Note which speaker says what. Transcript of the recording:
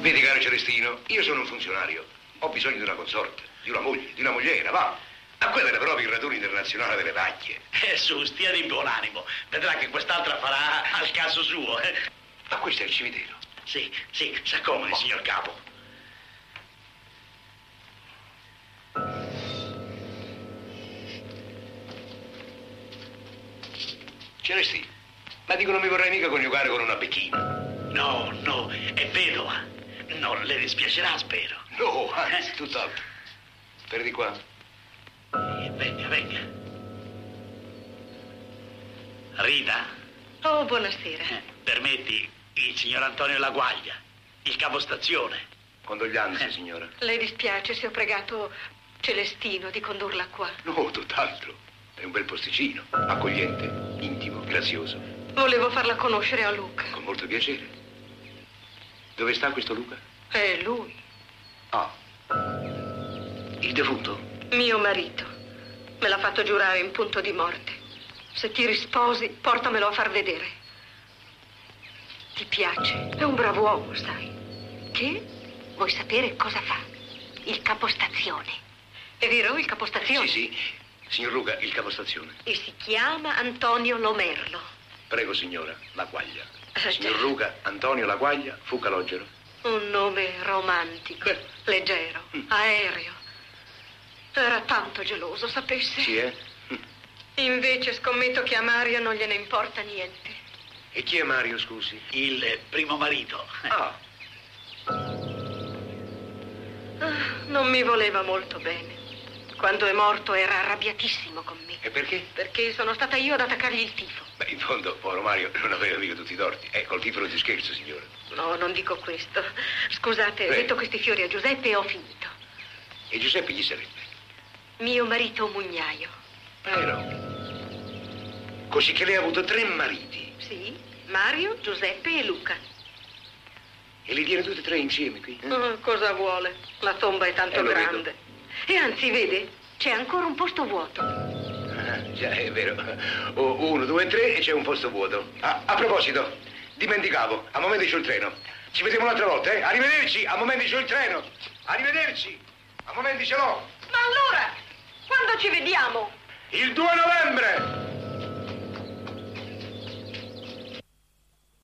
Speaker 1: Vedi, caro Celestino, io sono un funzionario. Ho bisogno di una consorte, di una moglie, di una mogliera, va. A quella era proprio il raduno internazionale delle pacchie.
Speaker 2: Eh, su, stia di buon animo. Vedrà che quest'altra farà al caso suo. eh.
Speaker 1: Ma questo è il cimitero.
Speaker 2: Sì, sì, s'accomodi, signor capo.
Speaker 1: Celestino, ma dico non mi vorrei mica coniugare con una becchina.
Speaker 2: No, no, è vedova. Non le dispiacerà, spero.
Speaker 1: No, anzi, tutt'altro. Per di qua.
Speaker 2: Eh, Venga, venga. Rita,
Speaker 3: Oh, buonasera.
Speaker 2: eh, permetti il signor Antonio Laguaglia, il capostazione.
Speaker 1: Condoglianze, signora.
Speaker 3: Le dispiace se ho pregato Celestino di condurla qua.
Speaker 1: No, tutt'altro. È un bel posticino, accogliente, intimo, grazioso.
Speaker 3: Volevo farla conoscere a Luca.
Speaker 1: Con molto piacere. Dove sta questo Luca?
Speaker 3: È lui,
Speaker 1: Ah. Il defunto?
Speaker 3: mio marito. Me l'ha fatto giurare in punto di morte. Se ti risposi, portamelo a far vedere. Ti piace? È un bravo uomo, sai. Che? Vuoi sapere cosa fa? Il capostazione. È vero, il capostazione?
Speaker 1: Sì, sì. Signor Luca, il capostazione.
Speaker 3: E si chiama Antonio Lomerlo.
Speaker 1: Prego, signora, la guaglia.
Speaker 3: Eh,
Speaker 1: Signor
Speaker 3: già.
Speaker 1: Luca, Antonio la guaglia, fu calogero.
Speaker 3: Un nome romantico, leggero,
Speaker 1: Mm.
Speaker 3: aereo. Era tanto geloso, sapesse.
Speaker 1: Sì, eh?
Speaker 3: Invece scommetto che a Mario non gliene importa niente.
Speaker 1: E chi è Mario, scusi?
Speaker 2: Il primo marito.
Speaker 1: Ah,
Speaker 3: Ah, Non mi voleva molto bene. Quando è morto era arrabbiatissimo con me.
Speaker 1: e perché?
Speaker 3: Perché sono stata io ad attaccargli il tifo.
Speaker 1: Beh, in fondo, povero Mario non aveva mica tutti i torti. È col tifero di scherzo, signora.
Speaker 3: No, non dico questo. Scusate, ho
Speaker 1: Prego.
Speaker 3: detto questi fiori a Giuseppe e ho finito.
Speaker 1: E Giuseppe gli sarebbe.
Speaker 3: Mio marito mugnaio.
Speaker 1: Però. Così che lei ha avuto tre mariti.
Speaker 3: Sì? Mario, Giuseppe e Luca.
Speaker 1: E li tiene tutti e tre insieme qui? eh?
Speaker 3: Ah, cosa vuole? La tomba è tanto
Speaker 1: Eh, lo vedo.
Speaker 3: grande. E anzi, vede, c'è ancora un posto vuoto.
Speaker 1: Ah, Già, è vero. Oh, uno, due, tre e c'è un posto vuoto. Ah, a proposito, dimenticavo, a momenti c'è il treno. Ci vediamo un'altra volta, eh? Arrivederci, a momenti c'è il treno. Arrivederci, a momenti ce l'ho.
Speaker 3: Ma allora, quando ci vediamo?
Speaker 1: Il 2 novembre!